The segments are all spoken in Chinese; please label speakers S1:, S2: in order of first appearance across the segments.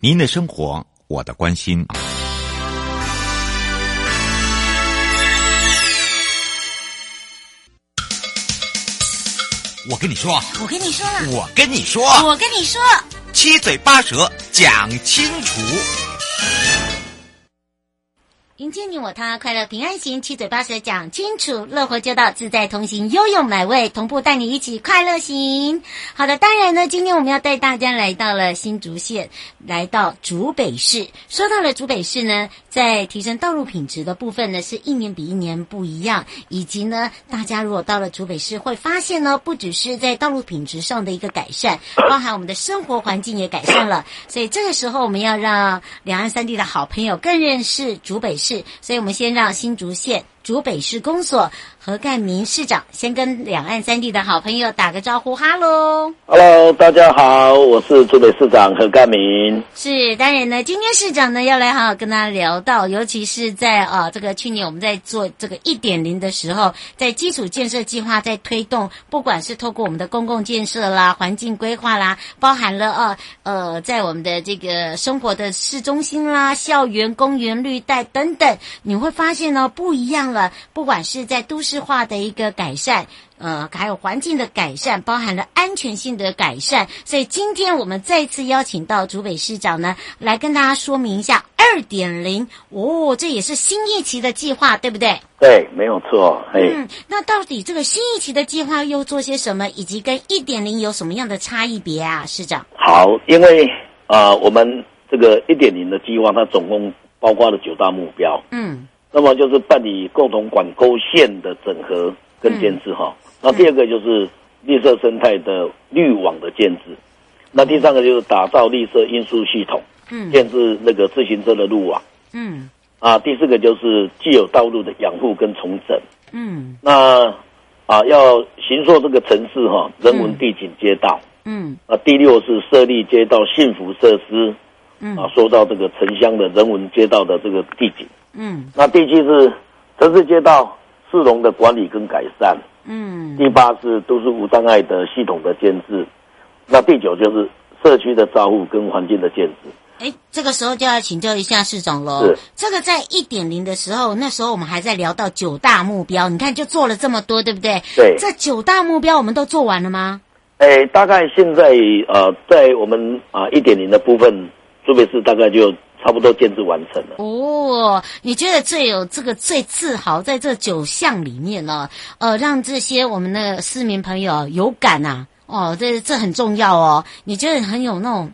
S1: 您的生活，我的关心。我跟你说，
S2: 我跟你说了，
S1: 我跟你说，
S2: 我跟你说，
S1: 七嘴八舌讲清楚。
S2: 迎接你我他，快乐平安行，七嘴八舌讲清楚，乐活街道自在同行，悠悠美味同步带你一起快乐行。好的，当然呢，今天我们要带大家来到了新竹县，来到竹北市。说到了竹北市呢，在提升道路品质的部分呢，是一年比一年不一样，以及呢，大家如果到了竹北市，会发现呢，不只是在道路品质上的一个改善，包含我们的生活环境也改善了。所以这个时候，我们要让两岸三地的好朋友更认识竹北市。所以我们先让新竹县竹北市公所何干民市长先跟两岸三地的好朋友打个招呼，哈喽。
S3: Hello，大家好，我是竹北市长何干明。
S2: 是，当然呢，今天市长呢要来好好跟他聊到，尤其是在啊、呃这个去年我们在做这个一点零的时候，在基础建设计划在推动，不管是透过我们的公共建设啦、环境规划啦，包含了呃呃在我们的这个生活的市中心啦、校园、公园、绿带等等，你会发现呢不一样了，不管是在都市化的一个改善。呃，还有环境的改善，包含了安全性的改善。所以今天我们再次邀请到竹北市长呢，来跟大家说明一下二点零哦，这也是新一期的计划，对不对？
S3: 对，没有错。嘿，
S2: 嗯，那到底这个新一期的计划又做些什么，以及跟一点零有什么样的差异别啊，市长？
S3: 好，因为啊、呃我们这个一点零的计划，它总共包括了九大目标，
S2: 嗯
S3: 那么就是办理共同管沟线的整合跟建
S2: 嗯
S3: 制哈。那第二个就是绿色生态的滤网的建制，那第三个就是打造绿色运输系统，
S2: 嗯
S3: 建制那个自行车的路网
S2: 嗯
S3: 啊。第四个就是既有道路的养护跟重整。
S2: 嗯
S3: 那啊，要行塑这个城市哈、人文地景街道。
S2: 嗯
S3: 啊，第六是设立街道幸福设施。
S2: 嗯
S3: 啊，说到这个城乡的人文街道的这个地景。
S2: 嗯
S3: 那第七是城市街道市容的管理跟改善。
S2: 嗯
S3: 第八是都市无障碍的系统的建制。那第九就是社区的照护跟环境的建制。
S2: 哎，这个时候就要请教一下市长喽
S3: 是。
S2: 这个在一点零的时候，那时候我们还在聊到九大目标，你看就做了这么多，对不对？
S3: 对
S2: 这九大目标我们都做完了吗？
S3: 哎，大概现在呃，在我们啊一点零的部分，竹北市大概就差不多建制完成了。
S2: 哦，你觉得最有这个最自豪，在这九项里面呢、呃，让这些我们的市民朋友有感呐、哦，这这很重要哦。你觉得很有那种，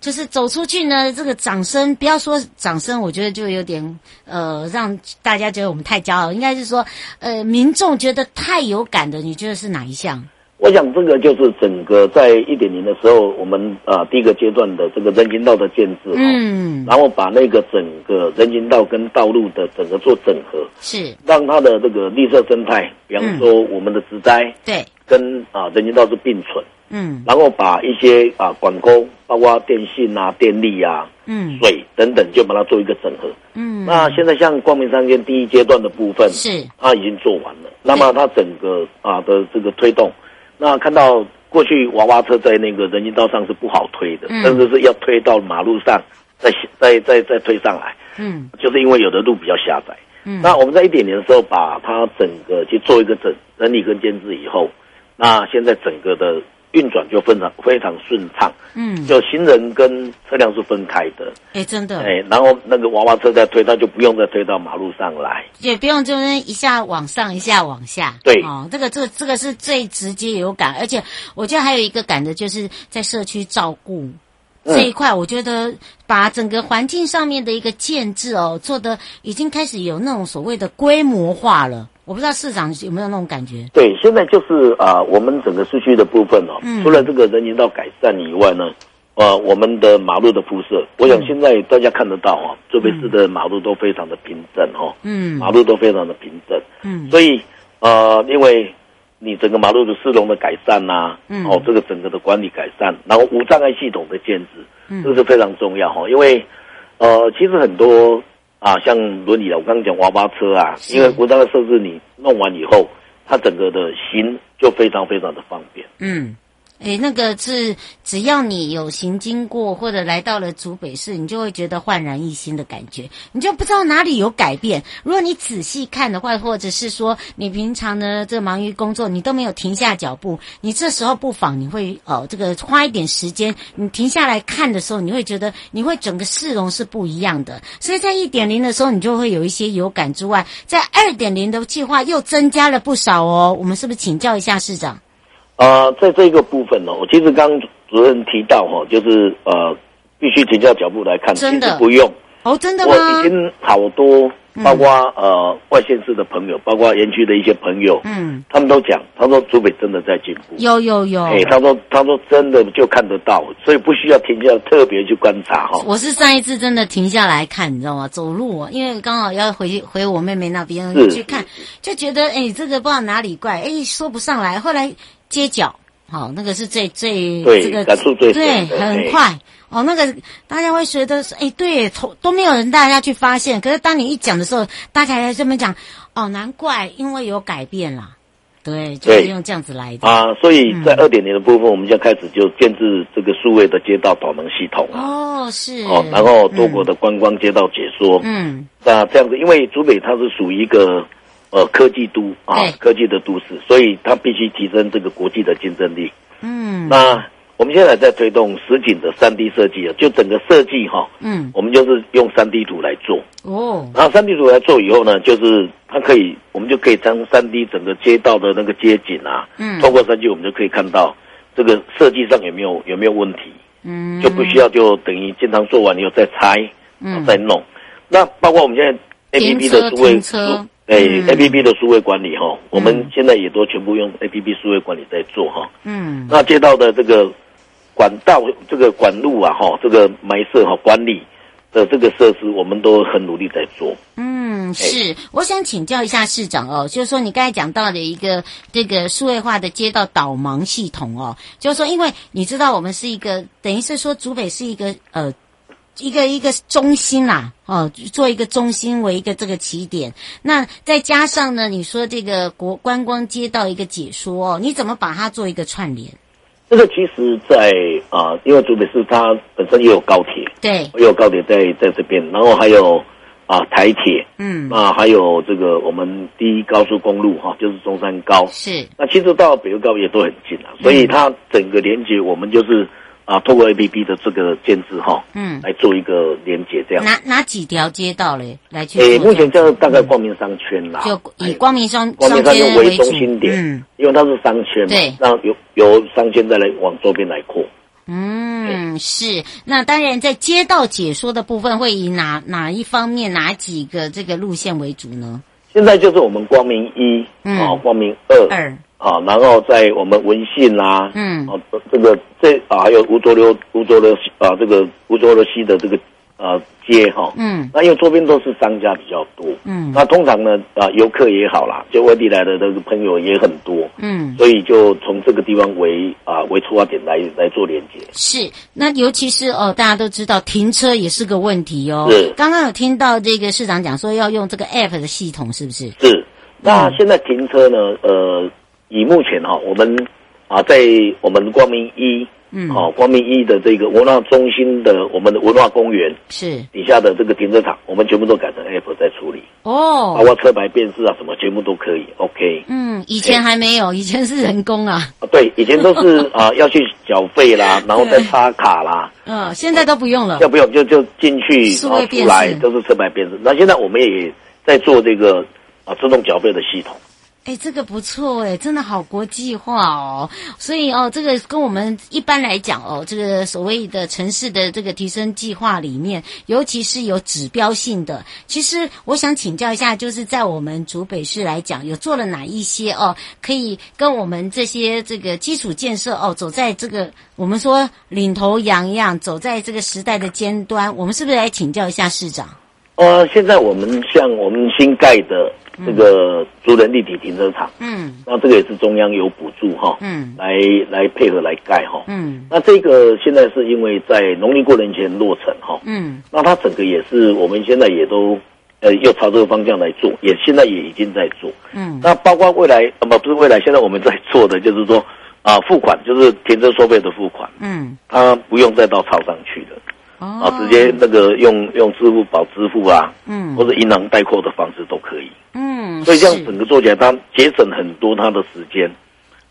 S2: 就是走出去呢，这个掌声，不要说掌声，我觉得就有点呃，让大家觉得我们太骄傲，应该是说，呃，民众觉得太有感的，你觉得是哪一项？
S3: 我想这个就是整个在一点零的时候，我们啊、呃第一个阶段的这个人行道的建制、哦，，
S2: 嗯，
S3: 然后把那个整个人行道跟道路的整个做整合，
S2: 是
S3: 让它的这个绿色生态，比方说
S2: 嗯
S3: 我们的植栽
S2: 对，
S3: 跟啊、人行道是并存，
S2: 嗯
S3: 然后把一些啊、管沟，包括电信啊、电力啊、
S2: 嗯
S3: 水等等，就把它做一个整合。
S2: 嗯，
S3: 那现在像光明山间第一阶段的部分，
S2: 是
S3: 它已经做完了。那么它整个啊的这个推动，那看到过去娃娃车在那个人行道上是不好推的，
S2: 嗯
S3: 甚至是要推到马路上，再再再再推上来，
S2: 嗯
S3: 就是因为有的路比较狭窄。
S2: 嗯
S3: 那我们在一点零的时候，把它整个去做一个整整理跟监制以后，那现在整个的运转就非常非常顺畅，
S2: 嗯，
S3: 就行人跟车辆是分开的。
S2: 哎，真的，
S3: 哎，然后那个娃娃车再推，它就不用再推到马路上来。
S2: 也不用就是一下往上，一下往下。
S3: 对
S2: 哦，这个这个这个是最直接有感，而且我觉得还有一个感的就是在社区照顾。
S3: 嗯
S2: 这一块，我觉得把整个环境上面的一个建制哦，做的已经开始有那种所谓的规模化了。我不知道市长有没有那种感觉？
S3: 对，现在就是啊、呃我们整个市区的部分哦，
S2: 嗯
S3: 除了这个人行道改善以外呢，呃，我们的马路的铺设，
S2: 嗯
S3: 我想现在大家看得到哦，这边市的马路都非常的平整哦，
S2: 嗯
S3: 马路都非常的平整，
S2: 嗯
S3: 所以呃，因为你整个马路的市容的改善呐、
S2: 嗯
S3: 哦，这个整个的管理改善，然后无障碍系统的建制，
S2: 嗯
S3: 这个是非常重要哈、哦，因为呃，其实很多啊，像轮椅啊，我刚刚讲娃娃车啊，
S2: 是
S3: 因为无障碍设置你弄完以后，它整个的行就非常非常的方便。
S2: 嗯，诶，那个是只要你有行经过或者来到了竹北市，你就会觉得焕然一新的感觉，你就不知道哪里有改变。如果你仔细看的话，或者是说你平常呢这忙于工作，你都没有停下脚步，你这时候不妨你会哦这个花一点时间，你停下来看的时候，你会觉得你会整个市容是不一样的。所以在一点零的时候，你就会有一些有感之外，在二点零的计划又增加了不少哦。我们是不是请教一下市长？
S3: 啊，在这个部分呢、哦，我其实刚刚主任提到哈、哦，就是呃，必须停下脚步来看，
S2: 真的
S3: 其实不用。
S2: 哦，真的吗？
S3: 我已经好多，
S2: 嗯
S3: 包括、呃外县市的朋友，包括园区的一些朋友，
S2: 嗯，
S3: 他们都讲，他说竹北真的在进步。
S2: 有有有，
S3: 哎、他说，他说真的就看得到，所以不需要停下来特别去观察哈、
S2: 我是上一次真的停下来看，你知道吗？走路、啊，因为刚好要回回我妹妹那边
S3: 是
S2: 去看，就觉得哎，这个不知道哪里怪，哎，说不上来。后来街角，好、那个是最最
S3: 对
S2: 这个
S3: 感触最深
S2: 对，
S3: 的
S2: 很
S3: 哎
S2: 快。哦，那个大家会觉得说，哎，对，从都没有人大家去发现。可是当你一讲的时候，大家还这么讲，哦，难怪，因为有改变啦。对，就是
S3: 对
S2: 用这样子来的。
S3: 啊，所
S2: 嗯
S3: 以在二点零的部分，我们现在开始就建制这个数位的街道导能系统啊，
S2: 哦，是
S3: 哦，然后多国的观光街道解说，
S2: 嗯
S3: 那这样子，因为竹北它是属于一个呃科技都啊
S2: 对，
S3: 科技的都市，所以它必须提升这个国际的竞争力。
S2: 嗯
S3: 那我们现在在推动实景的三 D 设计啊，就整个设计哈、
S2: 嗯
S3: 我们就是用三 D 图来做。
S2: 哦
S3: 然后三 D 图来做以后呢，就是它可以，我们就可以将三 D 整个街道的那个街景啊，
S2: 嗯
S3: 透过三 D 我们就可以看到这个设计上有没有有没有问题，
S2: 嗯，
S3: 就不需要就等于建堂做完以后再拆，
S2: 嗯
S3: 再弄。那包括我们现在 A P
S2: 停
S3: P
S2: 车
S3: 的数位
S2: 停车
S3: 哎
S2: 嗯
S3: A P P 的数位管理哈，我们现在也都全部用 A P P 数位管理在做哈。
S2: 嗯
S3: 那街道的这个管道、这个管路啊，哈，这个埋设哈管理的这个设施，我们都很努力在做。
S2: 嗯，是，我想请教一下市长哦，就是说你刚才讲到的一个这个数位化的街道导盲系统哦，就是说，因为你知道我们是一个，等于是说竹北是一个呃一个一个中心啦，哦，做一个中心为一个这个起点，那再加上呢，你说这个国观光街道一个解说哦，你怎么把它做一个串联？
S3: 这个其实在，啊，因为竹北市它本身也有高铁，
S2: 对，
S3: 也有高铁在在这边，然后还有啊台铁，
S2: 嗯，
S3: 那还有这个我们第一高速公路哈、就是中山高。
S2: 是，
S3: 那其实到北欧高也都很近啊，所以它整个连接我们就是啊，透过 A P P 的这个建制哈、
S2: 嗯，
S3: 来做一个连接这样。
S2: 哪哪几条街道嘞来去做这
S3: 诶，
S2: 样子？
S3: 目前这大概光明商圈啦，
S2: 就以
S3: 哎
S2: 光明商
S3: 光明商
S2: 街
S3: 圈为
S2: 主
S3: 中心点，
S2: 嗯
S3: 因为它是商圈
S2: 对
S3: 嘛，那由由商圈再来往周边来扩。
S2: 嗯，是。那当然，在街道解说的部分，会以哪哪一方面、哪几个这个路线为主呢？
S3: 现在就是我们光明一，
S2: 嗯
S3: 啊，光明二，
S2: 二，
S3: 啊，然后在我们文信啦、
S2: 嗯
S3: 啊，这个这啊，还有吴浊流、吴浊流啊，这个吴浊流西的这个呃街哈、
S2: 嗯
S3: 那因为周边都是商家比较多，
S2: 嗯
S3: 那通常呢啊，游客也好啦，就外地来的这个朋友也很多，
S2: 嗯，
S3: 所以就从这个地方为啊为出发点来来做连接。
S2: 是。那尤其是哦，大家都知道停车也是个问题哦
S3: 是。
S2: 刚刚有听到这个市长讲说要用这个 app 的系统，是不是？
S3: 是，那
S2: 嗯
S3: 现在停车呢？呃，以目前哈、我们啊，在我们光明一，
S2: 嗯
S3: 哦，光明一的这个文化中心的我们的文化公园
S2: 是
S3: 底下的这个停车场，我们全部都改成 app 在处理，包
S2: 哦。
S3: 括车牌辨识啊什么，全部都可以。OK，
S2: 嗯，以前还没有，以前是人工啊，
S3: 啊，对，以前都 是啊要去缴费啦，然后再插卡啦，
S2: 嗯，现在都不用了
S3: 要。不用就就进去，
S2: 数
S3: 然
S2: 位
S3: 后
S2: 辨
S3: 出来
S2: 识
S3: 都是车牌辨识。那现在我们也在做这个啊自动缴费的系统。
S2: 哎，这个不错哎，真的好国际化哦。所以哦，这个跟我们一般来讲哦，这个所谓的城市的这个提升计划里面，尤其是有指标性的，其实我想请教一下，就是在我们竹北市来讲，有做了哪一些哦，可以跟我们这些这个基础建设哦，走在这个我们说领头羊一样，走在这个时代的尖端，我们是不是来请教一下市长？
S3: 呃，现在我们像我们新盖的这个竹人立体停车场，
S2: 嗯
S3: 那这个也是中央有补助哈，
S2: 嗯
S3: 来来配合来盖哈。
S2: 嗯
S3: 那这个现在是因为在农历过年前落成哈，
S2: 嗯，
S3: 那它整个也是我们现在也都呃又朝这个方向来做，也现在也已经在做。
S2: 嗯
S3: 那包括未来呃不不是未来，现在我们在做的就是说。 啊，付款就是停车收费的付款，
S2: 嗯，
S3: 他不用再到超商去了，
S2: 哦
S3: 啊，直接那个用用支付宝支付啊，
S2: 嗯
S3: 或者银行代扣的方式都可以。
S2: 嗯，
S3: 所以这样
S2: 是
S3: 整个做起来，他节省很多他的时间，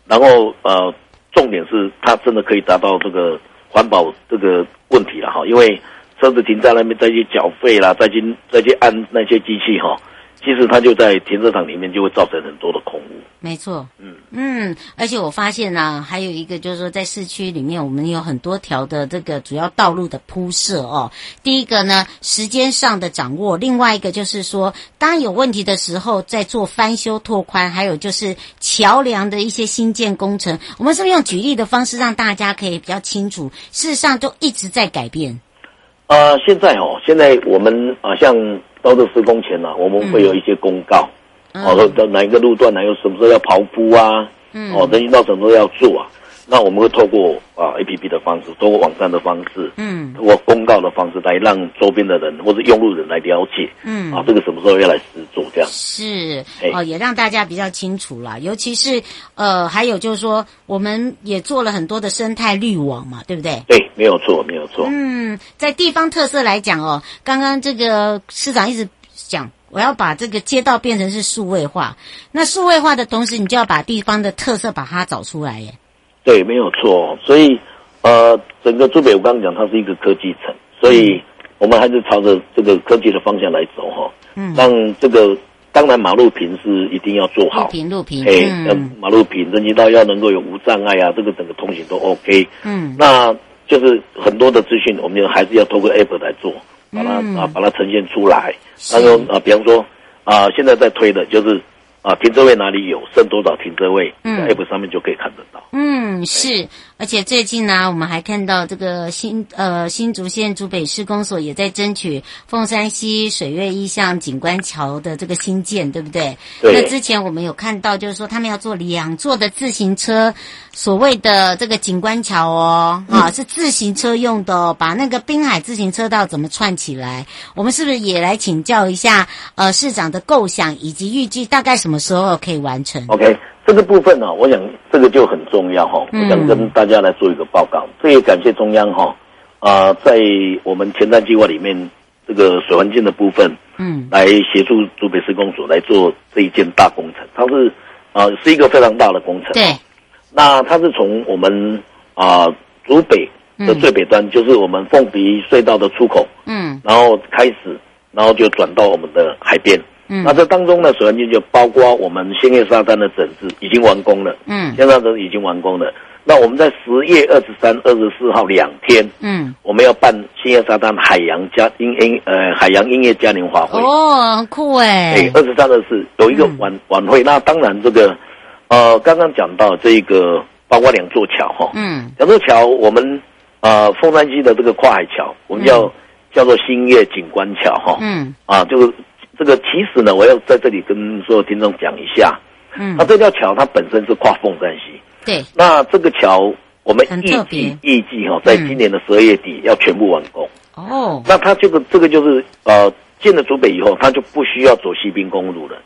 S3: 然后呃，重点是他真的可以达到这个环保这个问题了哈，因为车子停在那边再去缴费啦，再去再去按那些机器哈，其实它就在停车场里面就会造成很多的空污。
S2: 没错，
S3: 嗯
S2: 嗯，而且我发现啊，还有一个就是说，在市区里面，我们有很多条的这个主要道路的铺设哦。第一个呢，时间上的掌握；另外一个就是说，当有问题的时候，在做翻修拓宽，还有就是桥梁的一些新建工程，我们是不是用举例的方式让大家可以比较清楚？事实上，都一直在改变。
S3: 呃，现在哦，现在我们啊、像到这施工前呢、啊我们会有一些公告，
S2: 嗯
S3: 哦，说到哪一个路段哪有什么时候要刨铺啊，
S2: 嗯
S3: 哦，人行道什么时候要做啊，那我们会透过啊、A P P 的方式，透过网站的方式，
S2: 嗯
S3: 通过公告的方式来让周边的人或者用路人来了解，
S2: 嗯
S3: 啊，这个什么时候要来施作这样。
S2: 是
S3: 哎
S2: 哦，也让大家比较清楚啦。尤其是呃，还有就是说，我们也做了很多的生态滤网嘛，对不对？
S3: 对，没有错，没有错。
S2: 嗯，在地方特色来讲哦，刚刚这个市长一直讲，我要把这个街道变成是数位化。那数位化的同时，你就要把地方的特色把它找出来耶。
S3: 对，没有错。所以，呃，整个珠北，我刚刚讲它是一个科技城，所以我们还是朝着这个科技的方向来走哈。
S2: 嗯
S3: 让这个当然马路平是一定要做
S2: 录
S3: 好，
S2: 屏录屏，
S3: 哎，那
S2: 嗯
S3: 马路平人行道要能够有无障碍啊，这个整个通行都 OK。
S2: 嗯
S3: 那就是很多的资讯，我们就还是要透过 App 来做，把它、
S2: 嗯
S3: 啊把它呈现出来。
S2: 是
S3: 当中啊，比方说啊，现在在推的就是啊，停车位哪里有剩多少停车位，
S2: 嗯
S3: 在 App 上面就可以看得到。
S2: 嗯，是，而且最近呢、我们还看到这个新呃新竹县竹北市公所也在争取凤山西水月意向景观桥的这个新建，对不对？
S3: 对
S2: 那之前我们有看到，就是说他们要做两座的自行车，所谓的这个景观桥哦，啊，是自行车用的哦，把那个滨海自行车道怎么串起来？我们是不是也来请教一下呃市长的构想，以及预计大概什么时候可以完成？
S3: OK，这个部分呢、我想这个就很重要哈、
S2: 嗯
S3: 我想跟大家来做一个报告。这也感谢中央哈、啊、在我们前瞻计划里面，这个水环境的部分
S2: 嗯
S3: 来协助竹北施工所来做这一件大工程，它是啊、是一个非常大的工程。
S2: 对，
S3: 那它是从我们啊、竹北的最北端，就是我们凤鼻隧道的出口，
S2: 嗯
S3: 然后开始，然后就转到我们的海边。
S2: 嗯
S3: 那这当中呢，水环境就包括我们兴业沙滩的整治已经完工了，
S2: 嗯
S3: 现在都已经完工了。那我们在十月二十三、二十四号两天，
S2: 嗯。
S3: 我们要办兴业沙滩海洋嘉音音呃海洋音乐嘉年华会。
S2: 哦，嗯很酷哎、
S3: 哎，二十三、二四有一个晚、晚会。那当然，这个呃，刚刚讲到这个，包括两座桥哈，
S2: 嗯
S3: 两座桥，我们呃，凤山区的这个跨海桥，我们叫、叫做新月景观桥哈。
S2: 嗯
S3: 啊，就是这个，其实呢，我要在这里跟所有听众讲一下，那、
S2: 嗯，
S3: 这条桥它本身是跨凤山溪，
S2: 对，
S3: 那这个桥我们
S2: 很
S3: 预
S2: 特别嗯
S3: 计预计哈、在今年的十二月底要全部完工。
S2: 哦，
S3: 那它这个这个就是呃，进了竹北以后，它就不需要走西滨公路了，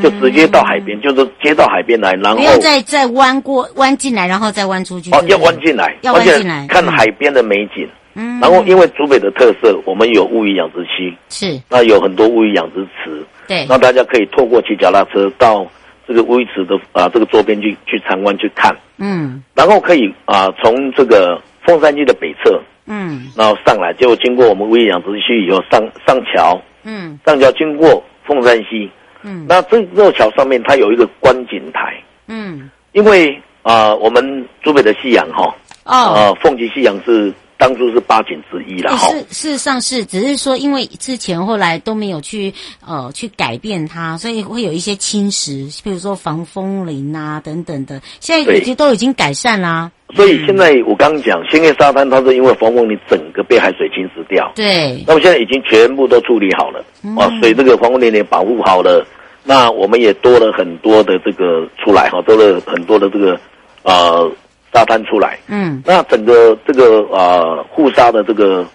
S3: 就直接到海边，就是接到海边来，然
S2: 嗯，
S3: 后
S2: 不要再再弯过弯进来，然后再弯出去。
S3: 哦
S2: 对
S3: 要
S2: 不对
S3: 弯，进来，
S2: 要
S3: 而
S2: 弯
S3: 且
S2: 进来嗯
S3: 看海边的美景。
S2: 嗯，
S3: 然后因为竹北的特色，我们有乌鱼养殖区，
S2: 是
S3: 那有很多乌鱼养殖池，
S2: 对，
S3: 那大家可以透过骑脚踏车到这个乌鱼池的啊、这个周边去去参观去看，
S2: 嗯
S3: 然后可以啊、从这个凤山区的北侧，
S2: 嗯
S3: 然后上来，结果经过我们乌鱼养殖区以后上上桥，
S2: 嗯
S3: 上桥经过凤山溪，
S2: 嗯
S3: 那这座桥上面它有一个观景台，
S2: 嗯，
S3: 因为啊、我们竹北的夕阳哈，
S2: 哦，
S3: 呃，凤极夕阳是当初是八景之一了
S2: 哎
S3: 哈。
S2: 事事实上是，只是说因为之前后来都没有去呃去改变它，所以会有一些侵蚀，比如说防风林啊等等的，现在已经都已经改善啦。
S3: 所以现在我刚刚讲，兴业沙滩它是因为防风林整个被海水侵蚀掉，
S2: 对，
S3: 那么现在已经全部都处理好了，啊，所以这个防风林也保护好了，那我们也多了很多的这个出来哈，多了很多的这个呃沙滩出来，
S2: 嗯
S3: 那整个这个呃护沙的这个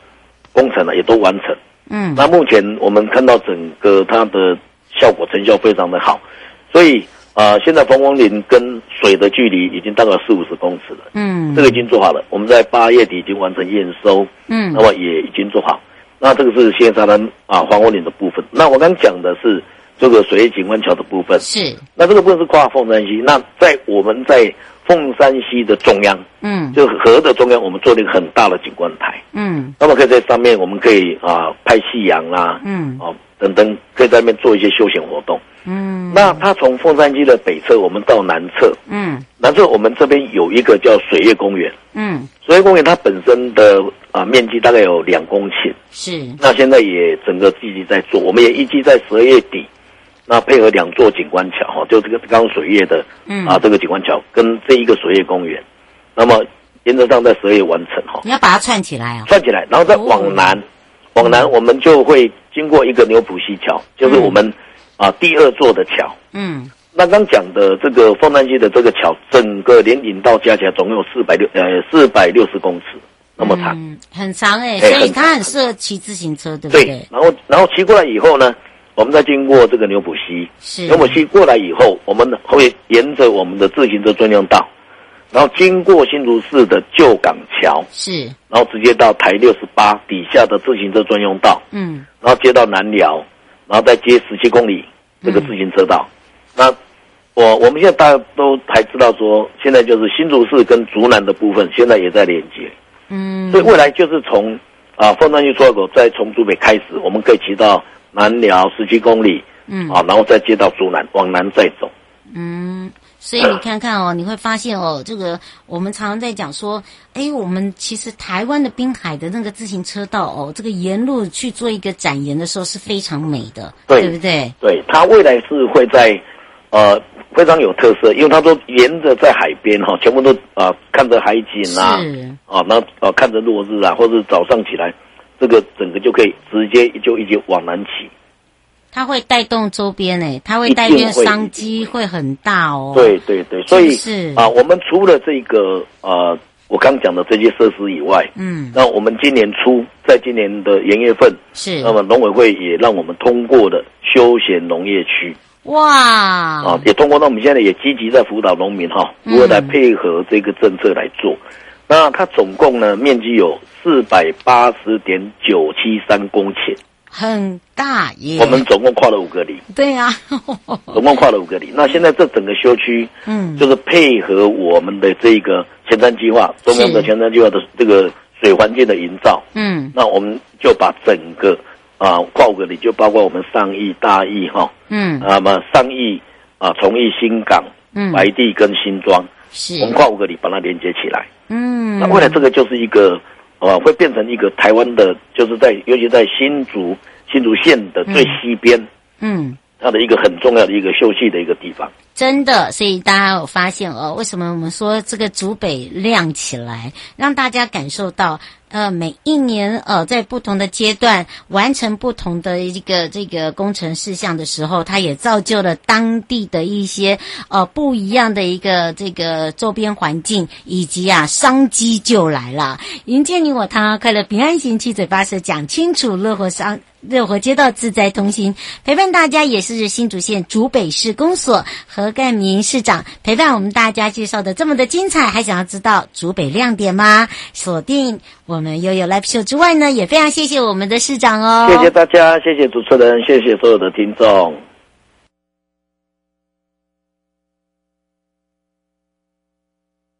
S3: 工程啊呢也都完成。
S2: 嗯
S3: 那目前我们看到整个它的效果成效非常的好，所以啊、现在冯光林跟水的距离已经大概四五十公尺了，
S2: 嗯
S3: 这个已经做好了。我们在八月底已经完成验收，
S2: 嗯
S3: 那么也已经做好。那这个是现沙滩啊黄光岭的部分。那我刚讲的是这个水景观桥的部分，
S2: 是
S3: 那这个部分是跨凤山西。那在我们在凤山西的中央，
S2: 嗯
S3: 就是河的中央，我们做了一个很大的景观台。
S2: 嗯
S3: 那么可以在上面，我们可以啊、拍夕阳啦、
S2: 嗯
S3: 哦等等，可以在那边做一些休闲活动。
S2: 嗯
S3: 那它从凤山矶的北侧，我们到南侧，
S2: 嗯
S3: 南侧我们这边有一个叫水月公园。
S2: 嗯
S3: 水月公园它本身的啊、面积大概有两公顷，
S2: 是
S3: 那现在也整个积极在做，我们也预计在十二月底，那配合两座景观桥哈，就这个刚刚水月的
S2: 嗯
S3: 啊这个景观桥跟这一个水月公园，那么原则上在十二月完成哈。
S2: 你要把它串起来啊、
S3: 串起来，然后再往南，往南我们就会经过一个牛浦溪桥，就是我们啊、第二座的桥。
S2: 嗯
S3: 那刚讲的这个凤山西的这个桥，整个连引到加起来总共有四百六呃四百六十公尺那么长。
S2: 嗯，很长哎、
S3: 哎
S2: 所以
S3: 很
S2: 它很适合骑自行车，对不
S3: 对，然后然后骑过来以后呢，我们再经过这个牛浦溪，
S2: 是
S3: 牛浦溪过来以后，我们会沿着我们的自行车专用道，然后经过新竹市的旧港桥，
S2: 是
S3: 然后直接到台六十八底下的自行车专用道。
S2: 嗯
S3: 然后接到南寮，然后再接十七公里这个自行车道。那我我们现在大家都还知道说，现在就是新竹市跟竹南的部分现在也在连接，
S2: 嗯
S3: 所以未来就是从啊凤山区出海口，再从竹北开始，我们可以骑到南寮十七公里
S2: 嗯
S3: 啊，然后再接到竹南，往南再走。
S2: 嗯，所以你看看哦，你会发现哦，这个我们常常在讲说，哎，我们其实台湾的滨海的那个自行车道哦，这个沿路去做一个展延的时候是非常美的，
S3: 对
S2: 不对？
S3: 对，它未来是会在呃非常有特色，因为它都沿着在海边哈、全部都啊、呃看着海景啊，
S2: 是
S3: 啊，那啊看着落日啊，或者早上起来，这个整个就可以直接就一直往南骑。
S2: 它会带动周边诶，它会
S3: 一
S2: 带
S3: 定
S2: 动
S3: 会
S2: 商机会很大哦。
S3: 对对对，所以
S2: 是
S3: 啊，我们除了这个呃我刚讲的这些设施以外，
S2: 嗯，
S3: 那我们今年初在今年的元月份，
S2: 是
S3: 那么农委会也让我们通过了休闲农业区
S2: 哇，
S3: 啊，也通过。那我们现在也积极在辅导农民哈、如何来
S2: 嗯
S3: 配合这个政策来做。那它总共呢面积有四百八十点九七三公顷，
S2: 很大耶。
S3: 我们总共跨了五个里。
S2: 对啊 呀、
S3: 总共跨了五个里。那现在这整个休区
S2: 嗯，
S3: 就是配合我们的这个前瞻计划，中央的
S2: 是
S3: 前瞻计划的这个水环境的营造，
S2: 嗯
S3: 那我们就把整个啊跨五个里，就包括我们上亿、大亿哈，
S2: 嗯
S3: 那么上亿啊从益、新港、
S2: 嗯，
S3: 白地跟新庄，
S2: 是
S3: 我们跨五个里把它连接起来。
S2: 嗯，
S3: 那未来这个就是一个呃，会变成一个台湾的，就是在尤其在新竹新竹县的最西边。
S2: 嗯。
S3: 它的一个很重要的一个休息的一个地方。
S2: 真的，所以大家有发现哦，为什么我们说这个竹北亮起来，让大家感受到，呃，每一年呃，在不同的阶段完成不同的一个这个工程事项的时候，它也造就了当地的一些呃不一样的一个这个周边环境，以及啊商机就来了。迎接你我他，快乐平安行，七嘴八舌讲清楚，乐活商。乐活街道自在同行，陪伴大家也是新竹县竹北市公所何干明市长陪伴我们大家介绍的这么的精彩，还想要知道竹北亮点吗？锁定我们悠悠 Live Show 之外呢，也非常谢谢我们的市长哦，
S3: 谢谢大家，谢谢主持人，谢谢所有的听众。